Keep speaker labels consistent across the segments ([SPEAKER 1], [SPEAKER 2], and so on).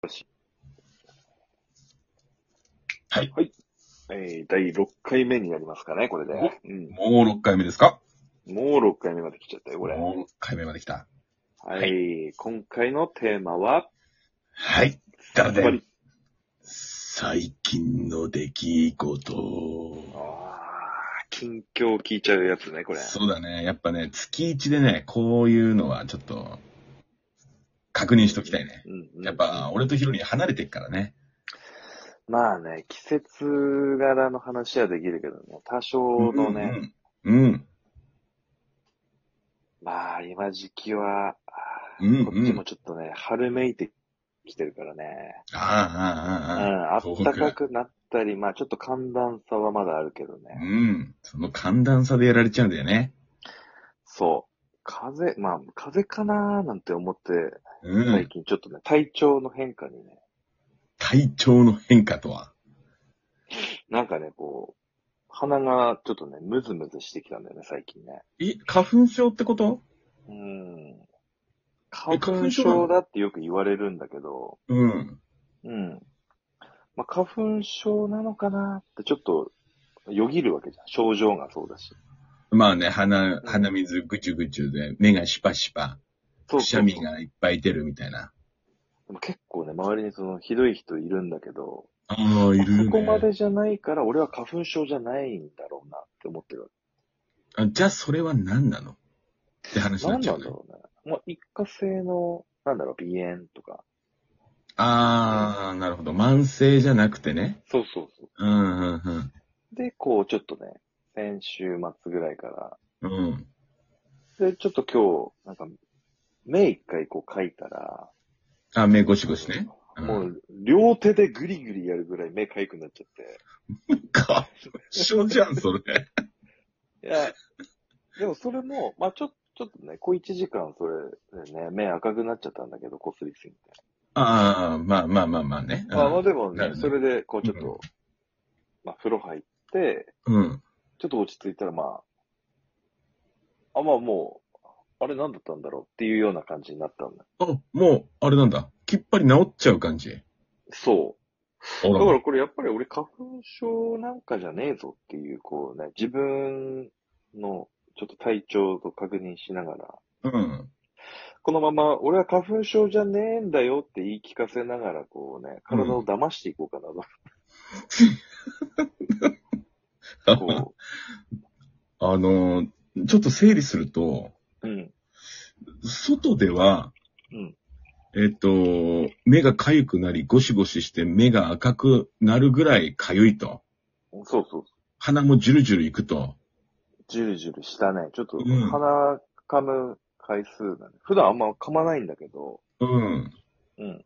[SPEAKER 1] よし
[SPEAKER 2] はい。
[SPEAKER 1] えー、第6回目になりますかね、これで。
[SPEAKER 2] お
[SPEAKER 1] うん。
[SPEAKER 2] もう6回目ですか
[SPEAKER 1] もう6回目まで来ちゃったよ、これ。
[SPEAKER 2] もう6回目まで来た。
[SPEAKER 1] は。
[SPEAKER 2] はい
[SPEAKER 1] 今回のテーマは、
[SPEAKER 2] はい。だら
[SPEAKER 1] やっぱ
[SPEAKER 2] で
[SPEAKER 1] り。
[SPEAKER 2] 最近の出来事。
[SPEAKER 1] ああ、近況聞いちゃうやつね、これ。
[SPEAKER 2] そうだね。やっぱね、月1でね、こういうのはちょっと、確認しときたいね。
[SPEAKER 1] うん、うん。
[SPEAKER 2] やっぱ、俺とヒロに離れてっからね。
[SPEAKER 1] まあね、季節柄の話はできるけどね、多少のね、
[SPEAKER 2] うん。うん。
[SPEAKER 1] まあ今時期は、あー
[SPEAKER 2] うんうん
[SPEAKER 1] こっちもちょっとね、春めいてきてるからね。うん、
[SPEAKER 2] ああ、ああ、ああ。
[SPEAKER 1] あっ
[SPEAKER 2] 東北
[SPEAKER 1] たかくなったり、まあちょっと寒暖差はまだあるけどね。
[SPEAKER 2] うん。その寒暖差でやられちゃうんだよね。
[SPEAKER 1] そう。風邪、まあ、風邪かなーなんて思って、
[SPEAKER 2] う
[SPEAKER 1] 最
[SPEAKER 2] ん。
[SPEAKER 1] 近ちょっとね、体調の変化にね、
[SPEAKER 2] 体調の変化とは。
[SPEAKER 1] なんかね、こう、鼻がちょっとね、ムズムズしてきたんだよね、最近ね。
[SPEAKER 2] え、花粉症ってこと
[SPEAKER 1] うん。
[SPEAKER 2] え
[SPEAKER 1] 花
[SPEAKER 2] 花
[SPEAKER 1] 粉
[SPEAKER 2] 粉症なの
[SPEAKER 1] 症だってよく言われるんだけど、
[SPEAKER 2] うん。
[SPEAKER 1] うん。まあ、花粉症なのかなってちょっと、よぎるわけじゃん。症状がそうだし。
[SPEAKER 2] まあね、鼻、鼻水ぐちゅぐちゅで、目がシュパシュパ、
[SPEAKER 1] そう
[SPEAKER 2] くし
[SPEAKER 1] そ
[SPEAKER 2] ゃ
[SPEAKER 1] う
[SPEAKER 2] み
[SPEAKER 1] そう。
[SPEAKER 2] がいっぱい出るみたいな。
[SPEAKER 1] でも結構ね、周りにその、ひどい人いるんだけど、
[SPEAKER 2] ああ、いるね。
[SPEAKER 1] そこまでじゃないから、俺は花粉症じゃないんだろうなって思ってるわけ
[SPEAKER 2] あじゃあ、それは何なのって話にな
[SPEAKER 1] な
[SPEAKER 2] っ
[SPEAKER 1] ん
[SPEAKER 2] ち
[SPEAKER 1] な
[SPEAKER 2] ゃうんね
[SPEAKER 1] だ。ろうね。まあ、一過性の、なんだろう、鼻炎とか。
[SPEAKER 2] ああ、なるほど。慢性じゃなくてね。
[SPEAKER 1] そうそうそ
[SPEAKER 2] うん、うん、
[SPEAKER 1] う。で、こう、ちょっとね、先週末ぐらいか
[SPEAKER 2] うん。うん。
[SPEAKER 1] ら。で、ちょっと今日、なんか、目一回こう書いたら、
[SPEAKER 2] あ、目ゴシゴシね。うん
[SPEAKER 1] もう、両手でグリグリやるぐらい目かゆくなっちゃっ
[SPEAKER 2] 花粉症じゃん、それ。
[SPEAKER 1] て。いや、でもそれも、まあ、ちょ、ちょっとね、こう1時間それでね、目赤くなっちゃったんだけど、こすりすぎて。
[SPEAKER 2] ああ、まあまあまあまあね。
[SPEAKER 1] まあ、まあでも
[SPEAKER 2] な
[SPEAKER 1] ね、
[SPEAKER 2] るね
[SPEAKER 1] それで、こうちょっ
[SPEAKER 2] うん
[SPEAKER 1] と、まあ、風呂入って、
[SPEAKER 2] うん。
[SPEAKER 1] ちょっと落ち着いたら、まあ、あ、まあもう、あれ何だったんだろうっていうような感じになったんだ。
[SPEAKER 2] あ、もう、あれなんだ。きっぱり治っちゃう感じ。
[SPEAKER 1] そ
[SPEAKER 2] あ
[SPEAKER 1] う。だ
[SPEAKER 2] ら
[SPEAKER 1] からこれやっぱり俺花粉症なんかじゃねえぞっていう、こうね、自分のちょっと体調と確認しながら、
[SPEAKER 2] うん。
[SPEAKER 1] このまま俺は花粉症じゃねえんだよって言い聞かせながら、こうね、体を騙していこうかなと。こ
[SPEAKER 2] あのーちょっと整理すると、
[SPEAKER 1] う、うん。
[SPEAKER 2] 外では、
[SPEAKER 1] うん
[SPEAKER 2] えっと、目が痒くなり、ゴシゴシして目が赤くなるぐらい痒いと。
[SPEAKER 1] そうそう。
[SPEAKER 2] 鼻もジュルジュルいくと。
[SPEAKER 1] ジュルジュルしたね。ちょっと
[SPEAKER 2] うん
[SPEAKER 1] 鼻噛む回数だね。普段あんま噛まないんだけど、
[SPEAKER 2] うん。
[SPEAKER 1] うん。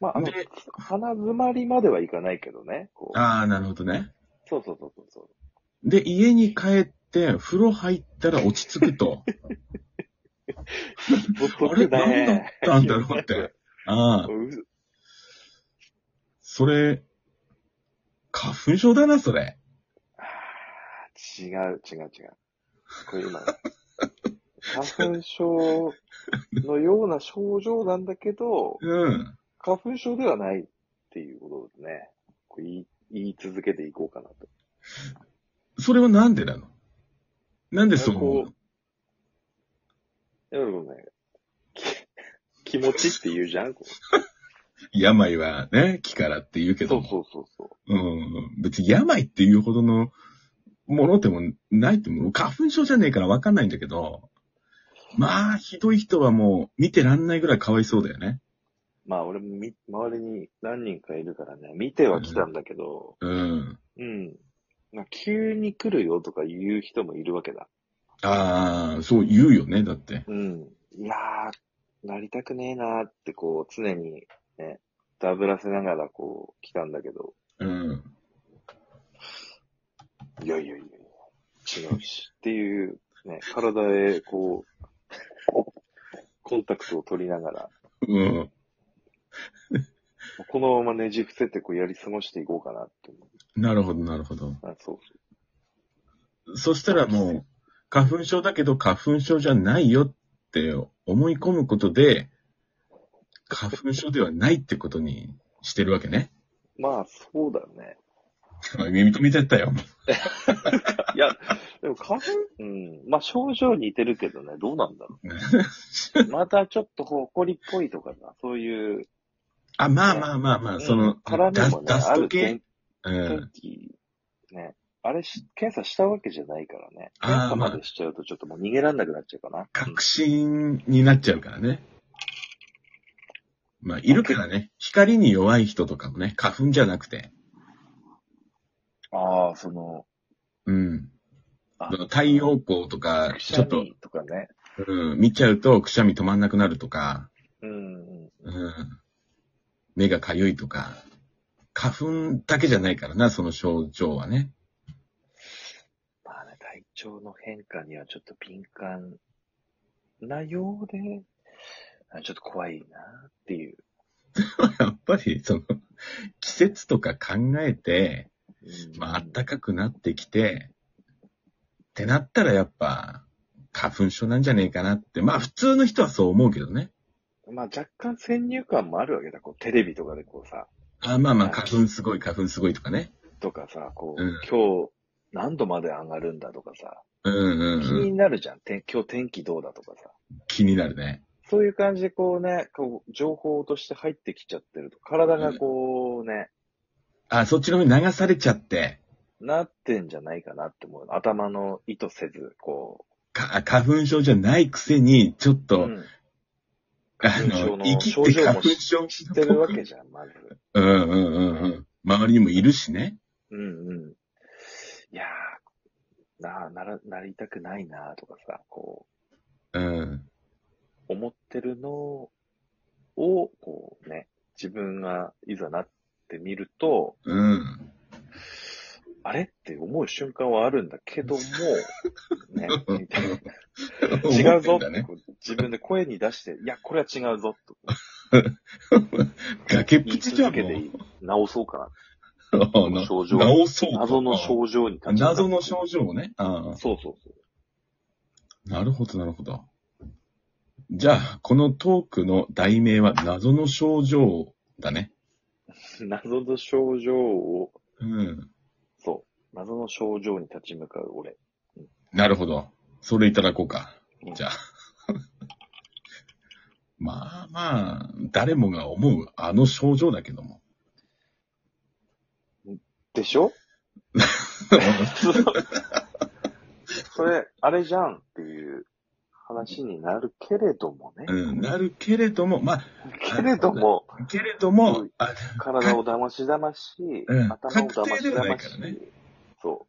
[SPEAKER 1] まあ、あの
[SPEAKER 2] で、
[SPEAKER 1] 鼻詰まりまではいかないけどね。こう
[SPEAKER 2] ああ、なるほどね。
[SPEAKER 1] そうそうそうそうそう。
[SPEAKER 2] で、家に帰って、風呂入ったら落ち着くと。
[SPEAKER 1] ぶっ
[SPEAKER 2] あ
[SPEAKER 1] 飛
[SPEAKER 2] れ、
[SPEAKER 1] ぶ
[SPEAKER 2] なんだっ
[SPEAKER 1] ね。
[SPEAKER 2] たんだろうって。ああ、
[SPEAKER 1] う
[SPEAKER 2] それ、花粉症だな、それ。
[SPEAKER 1] 違う、違う、違う。これ今、花粉症のような症状なんだけど、
[SPEAKER 2] うん。
[SPEAKER 1] 花粉症ではないっていうことですね。こう言い言い続けていこうかなと。
[SPEAKER 2] それはなんでなのなんでそう思うの
[SPEAKER 1] やっぱりこうね、き気持ちって言うじゃんこう
[SPEAKER 2] 病はね、気からって言うけ
[SPEAKER 1] そ
[SPEAKER 2] ど
[SPEAKER 1] う
[SPEAKER 2] も。
[SPEAKER 1] そうそうそう。
[SPEAKER 2] うん。別に病っていうほどのものでもないって、もう花粉症じゃねえからわかんないんだけど、まあ、ひどい人はもう見てらんないぐらいかわいそうだよね。
[SPEAKER 1] まあ俺もみ周りに何人かいるからね、見ては来たんだけど、
[SPEAKER 2] うん。
[SPEAKER 1] うん。まあ、急に来るよとか言う人もいるわけだ。
[SPEAKER 2] ああ、そう言うよね、だって。
[SPEAKER 1] うん。いやー、なりたくねえなーってこう、常にね、ダブらせながらこう、来たんだけど、
[SPEAKER 2] うん。
[SPEAKER 1] いやいやいやいや、違うし。 っていう、ね、体へこう、コンタクトを取りながら、
[SPEAKER 2] うん。
[SPEAKER 1] このままねじ伏せてこうやり過ごしていこうかなって思
[SPEAKER 2] なるほど、なるほど。
[SPEAKER 1] う。あそう
[SPEAKER 2] そしたらもう、花粉症だけど花粉症じゃないよって思い込むことで、花粉症ではないってことにしてるわけね。
[SPEAKER 1] まあ、そうだよね。
[SPEAKER 2] 認めちゃったよ。
[SPEAKER 1] いや、でも花粉、うん。まあ、症状似てるけどね、どうなんだろう。またちょっと埃っぽいとかさ、そういう、
[SPEAKER 2] あ、まあまあまあま
[SPEAKER 1] う
[SPEAKER 2] あ、
[SPEAKER 1] ん
[SPEAKER 2] その、
[SPEAKER 1] 絡
[SPEAKER 2] ダ
[SPEAKER 1] みも
[SPEAKER 2] ス
[SPEAKER 1] ね、
[SPEAKER 2] ダ
[SPEAKER 1] あ
[SPEAKER 2] ス
[SPEAKER 1] る
[SPEAKER 2] ト系
[SPEAKER 1] 天
[SPEAKER 2] う
[SPEAKER 1] 天
[SPEAKER 2] ん。
[SPEAKER 1] 気、ね。あれし、検査したわけじゃないからね。
[SPEAKER 2] あー
[SPEAKER 1] 検査
[SPEAKER 2] まあ
[SPEAKER 1] までしちゃうとちょっともう逃げらんなくなっちゃうかな。うん
[SPEAKER 2] 確信になっちゃうからね。まあ、いるからね。光に弱い人とかもね、花粉じゃなくて。
[SPEAKER 1] ああ、その、
[SPEAKER 2] うん。
[SPEAKER 1] あ
[SPEAKER 2] 太陽光とか、
[SPEAKER 1] くし
[SPEAKER 2] ちょ
[SPEAKER 1] ゃ
[SPEAKER 2] っと、
[SPEAKER 1] みとかね。
[SPEAKER 2] うん、見ちゃうとくしゃみ止まんなくなるとか、
[SPEAKER 1] うんうん。
[SPEAKER 2] うん。目がかゆいとか。花粉だけじゃないからな、その症状はね。
[SPEAKER 1] まあね、体調の変化にはちょっと敏感なようで、あちょっと怖いなっていう。
[SPEAKER 2] やっぱり、その、季節とか考えて、
[SPEAKER 1] うん
[SPEAKER 2] まあ、暖かくなってきて、ってなったらやっぱ、花粉症なんじゃねえかなって。まあ、普通の人はそう思うけどね。
[SPEAKER 1] まあ若干先入観もあるわけだ。こうテレビとかでこうさ、
[SPEAKER 2] あまあまあ、花粉すごい、花粉すごいとかね。
[SPEAKER 1] とかさ、こう、
[SPEAKER 2] うん
[SPEAKER 1] 今日何度まで上がるんだとかさ、
[SPEAKER 2] うんうん、
[SPEAKER 1] 気
[SPEAKER 2] うん。
[SPEAKER 1] になるじゃん。天今日天気どうだとかさ。
[SPEAKER 2] 気になるね。
[SPEAKER 1] そういう感じでこうね、こう情報として入ってきちゃってると、体がこうね、
[SPEAKER 2] あ、そっちの方に流されちゃって、
[SPEAKER 1] なってんじゃないかなって思う。頭の意図せず、こ
[SPEAKER 2] か花粉症じゃないくせに、ちょっ
[SPEAKER 1] う。
[SPEAKER 2] と、
[SPEAKER 1] ん
[SPEAKER 2] あ
[SPEAKER 1] 花粉症
[SPEAKER 2] の、
[SPEAKER 1] の
[SPEAKER 2] 生き
[SPEAKER 1] 症
[SPEAKER 2] て
[SPEAKER 1] 状
[SPEAKER 2] 花
[SPEAKER 1] も
[SPEAKER 2] 粉
[SPEAKER 1] 知
[SPEAKER 2] 症
[SPEAKER 1] 知ってるわけじゃん、まず。
[SPEAKER 2] うんうんうんうん。周りにもいるしね。
[SPEAKER 1] うんうん。いやー、なあ、なら、なりたくないなとかさ、こ
[SPEAKER 2] うん。
[SPEAKER 1] う、思ってるのを、こうね、自分がいざなってみると、
[SPEAKER 2] うん。
[SPEAKER 1] あれって思う瞬間はあるんだけども、 ね、みたいな違うぞ
[SPEAKER 2] 思
[SPEAKER 1] って
[SPEAKER 2] ってんだね。
[SPEAKER 1] こう自分で声に出して、いや、これは違うぞと
[SPEAKER 2] 崖っ
[SPEAKER 1] 言い
[SPEAKER 2] ぷちじ
[SPEAKER 1] 続
[SPEAKER 2] ゃん
[SPEAKER 1] け
[SPEAKER 2] も
[SPEAKER 1] て
[SPEAKER 2] う。
[SPEAKER 1] 直そうか
[SPEAKER 2] あ
[SPEAKER 1] の
[SPEAKER 2] な
[SPEAKER 1] 症状
[SPEAKER 2] 治そう
[SPEAKER 1] な。
[SPEAKER 2] と。
[SPEAKER 1] 謎の症状に立ち向かって
[SPEAKER 2] 謎の症状をね。あ
[SPEAKER 1] そうそうそう。
[SPEAKER 2] あ。なるほど、なるほど。じゃあ、このトークの題名は謎の症状だね。
[SPEAKER 1] 謎の症状を、
[SPEAKER 2] うん。
[SPEAKER 1] そう。謎の症状に立ち向かう俺。
[SPEAKER 2] なるほど。それいただこうか。じゃあ。 まあまあ、誰もが思うあの症状だけども。
[SPEAKER 1] でしょ それ、あれじゃんっていう話になるけれどもね。
[SPEAKER 2] うん、なるけれども、ま
[SPEAKER 1] けれども、
[SPEAKER 2] あ、けれども、あ
[SPEAKER 1] 体を騙し騙し、
[SPEAKER 2] うん
[SPEAKER 1] 頭を騙
[SPEAKER 2] 確定
[SPEAKER 1] し
[SPEAKER 2] ではない
[SPEAKER 1] 騙
[SPEAKER 2] から
[SPEAKER 1] し、
[SPEAKER 2] ね
[SPEAKER 1] そ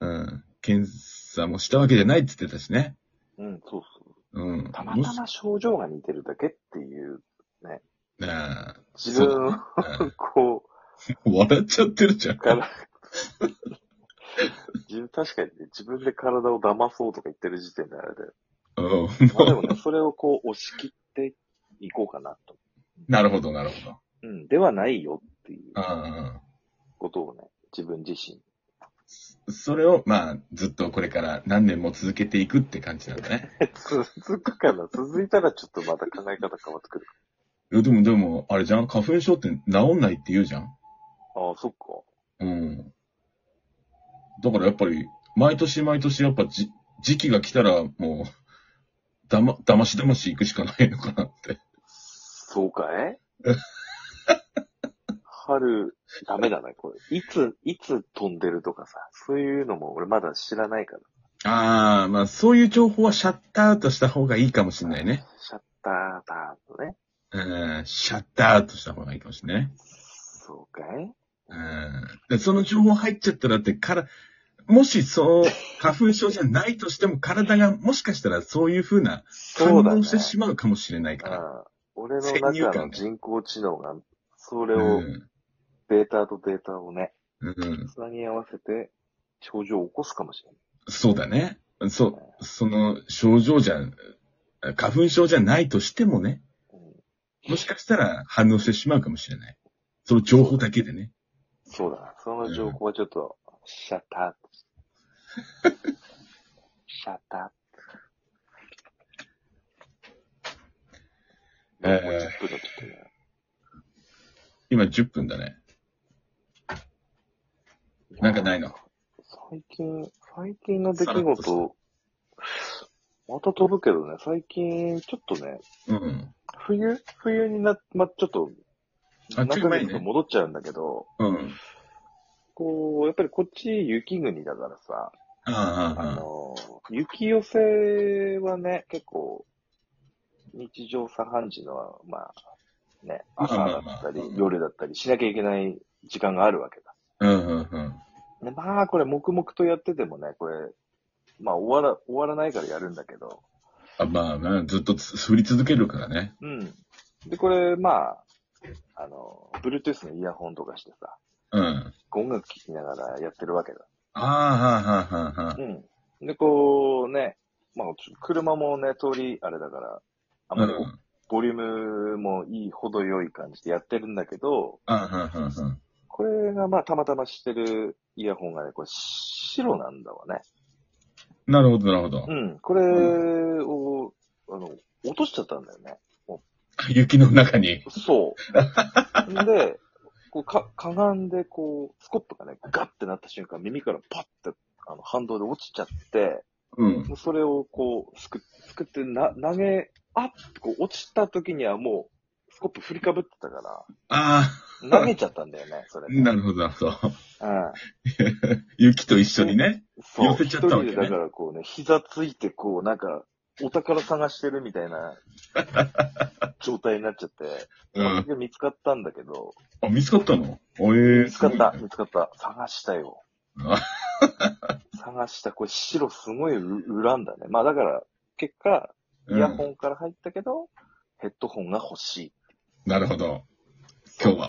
[SPEAKER 2] うん、検査もしたわけじゃないって言ってたしね。
[SPEAKER 1] う。うん、そうそう。
[SPEAKER 2] うん。
[SPEAKER 1] たまたま症状が似てるだけっていう、
[SPEAKER 2] あ
[SPEAKER 1] 自分を
[SPEAKER 2] あうん
[SPEAKER 1] こ
[SPEAKER 2] 笑っちゃってるじゃん
[SPEAKER 1] う、。 から、自分、確かにね、自分で体を騙そうとか言ってる時点であれだよ。
[SPEAKER 2] うん
[SPEAKER 1] まあでもね、それをこう押し切っていこうかなと。
[SPEAKER 2] なるほど、なるほど。
[SPEAKER 1] うん、ではないよっていう
[SPEAKER 2] あ
[SPEAKER 1] ことをね、自分自身。
[SPEAKER 2] あ、それを、まあ、ずっとこれから何年も続けていくって感じなんだね。
[SPEAKER 1] 続くかな続いたらちょっとまた考え方変わってくる。
[SPEAKER 2] いや、でも、でも、あれじゃん花粉症って治んないって言うじゃん
[SPEAKER 1] ああ、そっか。
[SPEAKER 2] うん。だからやっぱり、毎年毎年やっぱじ、時期が来たら、もう、だま、だましだまし行くしかないのかなって。
[SPEAKER 1] そうか い春、ダメだな、これ。いつ、いつ飛んでるとかさ、そういうのも俺まだ知らないから。
[SPEAKER 2] ああ、まあ、そういう情報はシャットアウトした方がいいかもしれないね。
[SPEAKER 1] シャッターターとね。
[SPEAKER 2] うん、シャットアウトした方がいいかもしれないね。
[SPEAKER 1] そうかい
[SPEAKER 2] うんでその情報入っちゃったらって、から、も しそう、花粉症じゃないとしても、体がもしかしたらそういう風な反
[SPEAKER 1] そうだ
[SPEAKER 2] 応
[SPEAKER 1] ね
[SPEAKER 2] し。てしまうかもしれないから。
[SPEAKER 1] ああ俺の
[SPEAKER 2] 先入
[SPEAKER 1] 中
[SPEAKER 2] 観
[SPEAKER 1] の
[SPEAKER 2] ね
[SPEAKER 1] 人工知能が、そうれを、
[SPEAKER 2] ん。
[SPEAKER 1] データとデータをね、
[SPEAKER 2] うん。
[SPEAKER 1] つなぎ合わせて、症状を起こすかもしれない。
[SPEAKER 2] そうだね。そう、その症状じゃ、花粉症じゃないとしてもね、
[SPEAKER 1] うん
[SPEAKER 2] もしかしたら反応してしまうかもしれない。その情報だけでね。
[SPEAKER 1] そうだな。その情報はちょっと、シャッター。シャッタもう
[SPEAKER 2] ええ
[SPEAKER 1] 10分だって言ってね。
[SPEAKER 2] 今10分だね。なんかないの
[SPEAKER 1] 最近、最近の出来事、また飛ぶけどね、最近、ちょっとね、
[SPEAKER 2] うん。
[SPEAKER 1] 冬冬にな、ま、ちょっと、
[SPEAKER 2] あ
[SPEAKER 1] 中身に
[SPEAKER 2] ちょい前ね
[SPEAKER 1] 戻っちゃうんだけど、
[SPEAKER 2] うん。
[SPEAKER 1] こう、やっぱりこっち雪国だからさ、
[SPEAKER 2] あ
[SPEAKER 1] あ
[SPEAKER 2] あ、
[SPEAKER 1] の、雪寄せはね、結構、日常茶飯事の、まあ、ね、
[SPEAKER 2] まあ
[SPEAKER 1] 朝
[SPEAKER 2] まあ
[SPEAKER 1] だったり
[SPEAKER 2] まあま、あ
[SPEAKER 1] 夜だったりしなきゃいけない時間があるわけだ。
[SPEAKER 2] ああ。うんうんうん。
[SPEAKER 1] でまあ、これ、黙々とやっててもね、これ、まあ、終わら、終わらないからやるんだけど、
[SPEAKER 2] あまあまあ、ずっとつ振り続けるからね。
[SPEAKER 1] うん。で、これ、まあ、あの、Bluetooth のイヤホンとかしてさ、
[SPEAKER 2] うん。あ
[SPEAKER 1] 音楽聴きながらやってるわけだ。
[SPEAKER 2] あ、はあ、はあ、はあ。
[SPEAKER 1] うん。で、こうね、まあ、車もね、通りあれだから、あんまり
[SPEAKER 2] うん
[SPEAKER 1] ボリュームもいいほど良い感じでやってるんだけど、
[SPEAKER 2] ああ、はあ、はあ。は
[SPEAKER 1] これがまあ、たまたましてるイヤホンがね、これ、白なんだわね。
[SPEAKER 2] あなるほど、なるほど
[SPEAKER 1] う。ん。これを、あの、落としちゃったんだよね。
[SPEAKER 2] 雪の中に。
[SPEAKER 1] そう。で、こうか、かがんで、こう、スコップがね、ガッてなった瞬間、耳からパッて、あの、反動で落ちちゃって、
[SPEAKER 2] うん。
[SPEAKER 1] もうそれをこう、すく、すくってな、投げ、あっこう、落ちた時にはもう、スコップ振りかぶってたか
[SPEAKER 2] あ
[SPEAKER 1] ら、投げちゃったんだよね、それ
[SPEAKER 2] あ、
[SPEAKER 1] ね。
[SPEAKER 2] なるほど、なるほど。
[SPEAKER 1] うん。
[SPEAKER 2] 雪と一緒にね。
[SPEAKER 1] そう
[SPEAKER 2] 寄。せち
[SPEAKER 1] 一
[SPEAKER 2] ゃったわ
[SPEAKER 1] 人
[SPEAKER 2] け
[SPEAKER 1] で
[SPEAKER 2] ね
[SPEAKER 1] だからこうね、膝ついてこう、なんか、お宝探してるみたい な状態になっちゃって、
[SPEAKER 2] うん。
[SPEAKER 1] で見つかったんだけど、
[SPEAKER 2] あ、見つかったのおえー、
[SPEAKER 1] 見つかった、
[SPEAKER 2] すごいね
[SPEAKER 1] 見つかった。探したよ
[SPEAKER 2] あ。
[SPEAKER 1] 探した。これ白すごい恨んだね。まあだから、結果、イヤホンから入ったけど、ヘッドホンが欲しい。
[SPEAKER 2] なるほど。今日は。